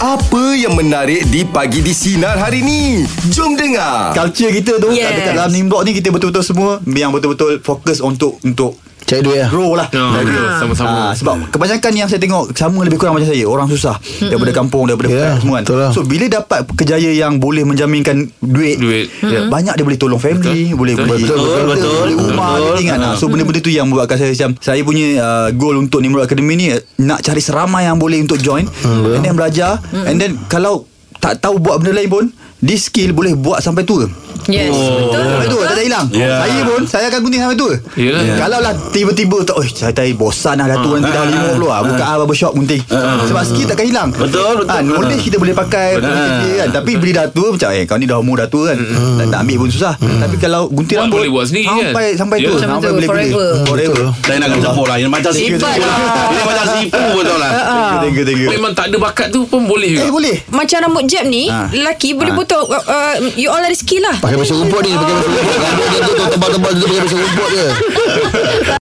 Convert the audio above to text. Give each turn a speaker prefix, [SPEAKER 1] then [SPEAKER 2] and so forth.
[SPEAKER 1] Apa yang menarik di pagi di sinar hari ni? Jom dengar.
[SPEAKER 2] Culture kita tu
[SPEAKER 3] Yes.
[SPEAKER 2] yes. Dekat dalam Nimbok ni Kita betul-betul semua Yang betul-betul fokus untuk Untuk
[SPEAKER 4] Cari duit lah
[SPEAKER 2] grow lah
[SPEAKER 5] No,
[SPEAKER 2] Cari duit.
[SPEAKER 5] no, Ya, sama-sama. Hmm.
[SPEAKER 2] Ah, sebab kebanyakan yang saya tengok sama lebih kurang macam saya orang susah daripada kampung daripada
[SPEAKER 4] Yeah,
[SPEAKER 2] yeah, semua kan
[SPEAKER 4] betul lah.
[SPEAKER 2] so bila dapat kerjaya yang boleh menjaminkan duit,
[SPEAKER 5] Duit.
[SPEAKER 2] yeah, banyak dia boleh tolong family
[SPEAKER 5] Betul.
[SPEAKER 2] boleh
[SPEAKER 5] Betul.
[SPEAKER 2] beli
[SPEAKER 5] Betul,
[SPEAKER 2] kereta,
[SPEAKER 5] betul, betul.
[SPEAKER 2] beli rumah
[SPEAKER 5] Betul. Hmm.
[SPEAKER 2] betul, kan Ah, so benda-benda tu yang membuatkan saya macam saya punya uh, goal untuk Nimrod Academy ni eh, nak cari seramai yang boleh untuk join
[SPEAKER 5] Hmm,
[SPEAKER 2] and then belajar and then kalau tak tahu buat benda lain pun this skill boleh buat sampai tua
[SPEAKER 3] Yes
[SPEAKER 5] Oh.
[SPEAKER 3] Betul
[SPEAKER 2] Sampai tua tak ada hilang
[SPEAKER 5] Yeah.
[SPEAKER 2] Saya pun Saya akan gunting sampai tua
[SPEAKER 5] Yelah.
[SPEAKER 2] yeah. Kalau lah tiba-tiba tak, Oh saya tak bosan lah
[SPEAKER 5] Ah.
[SPEAKER 2] Datuk nanti dah 50 lah Buka uh, barbershop gunting Sebab skill takkan hilang
[SPEAKER 5] Betul, Ah. betul.
[SPEAKER 2] ha, Knowledge kita boleh pakai bekerja kan. Tapi bila dah tua Macam eh kau ni dah umur dah tua kan Nak, nak ambil pun susah Tapi kalau gunting
[SPEAKER 5] Hmm. Buat-
[SPEAKER 2] rambut
[SPEAKER 5] boleh buat sendiri kan?
[SPEAKER 2] Sampai, sampai
[SPEAKER 5] Ya.
[SPEAKER 2] tua
[SPEAKER 3] Macam
[SPEAKER 2] Sampai
[SPEAKER 3] tu,
[SPEAKER 2] boleh gunting.
[SPEAKER 3] forever.
[SPEAKER 2] Forever
[SPEAKER 6] Saya nak kena campur lah Yang macam sipu
[SPEAKER 3] Hebat
[SPEAKER 6] tu.
[SPEAKER 3] lah.
[SPEAKER 6] Yang macam sipu betul lah
[SPEAKER 2] Ha, Thank you thank you
[SPEAKER 5] Memang tak ada bakat tu pun boleh juga.
[SPEAKER 2] Ah. Eh boleh
[SPEAKER 3] Macam rambut jab ni
[SPEAKER 2] Ah.
[SPEAKER 3] Lelaki boleh potong uh, uh, You all ada skill lah
[SPEAKER 4] Pakai basuh rumput ni Pakai basuh rumput Rambut dia tu tu tebal-tebal Dia tu pakai basuh rumput je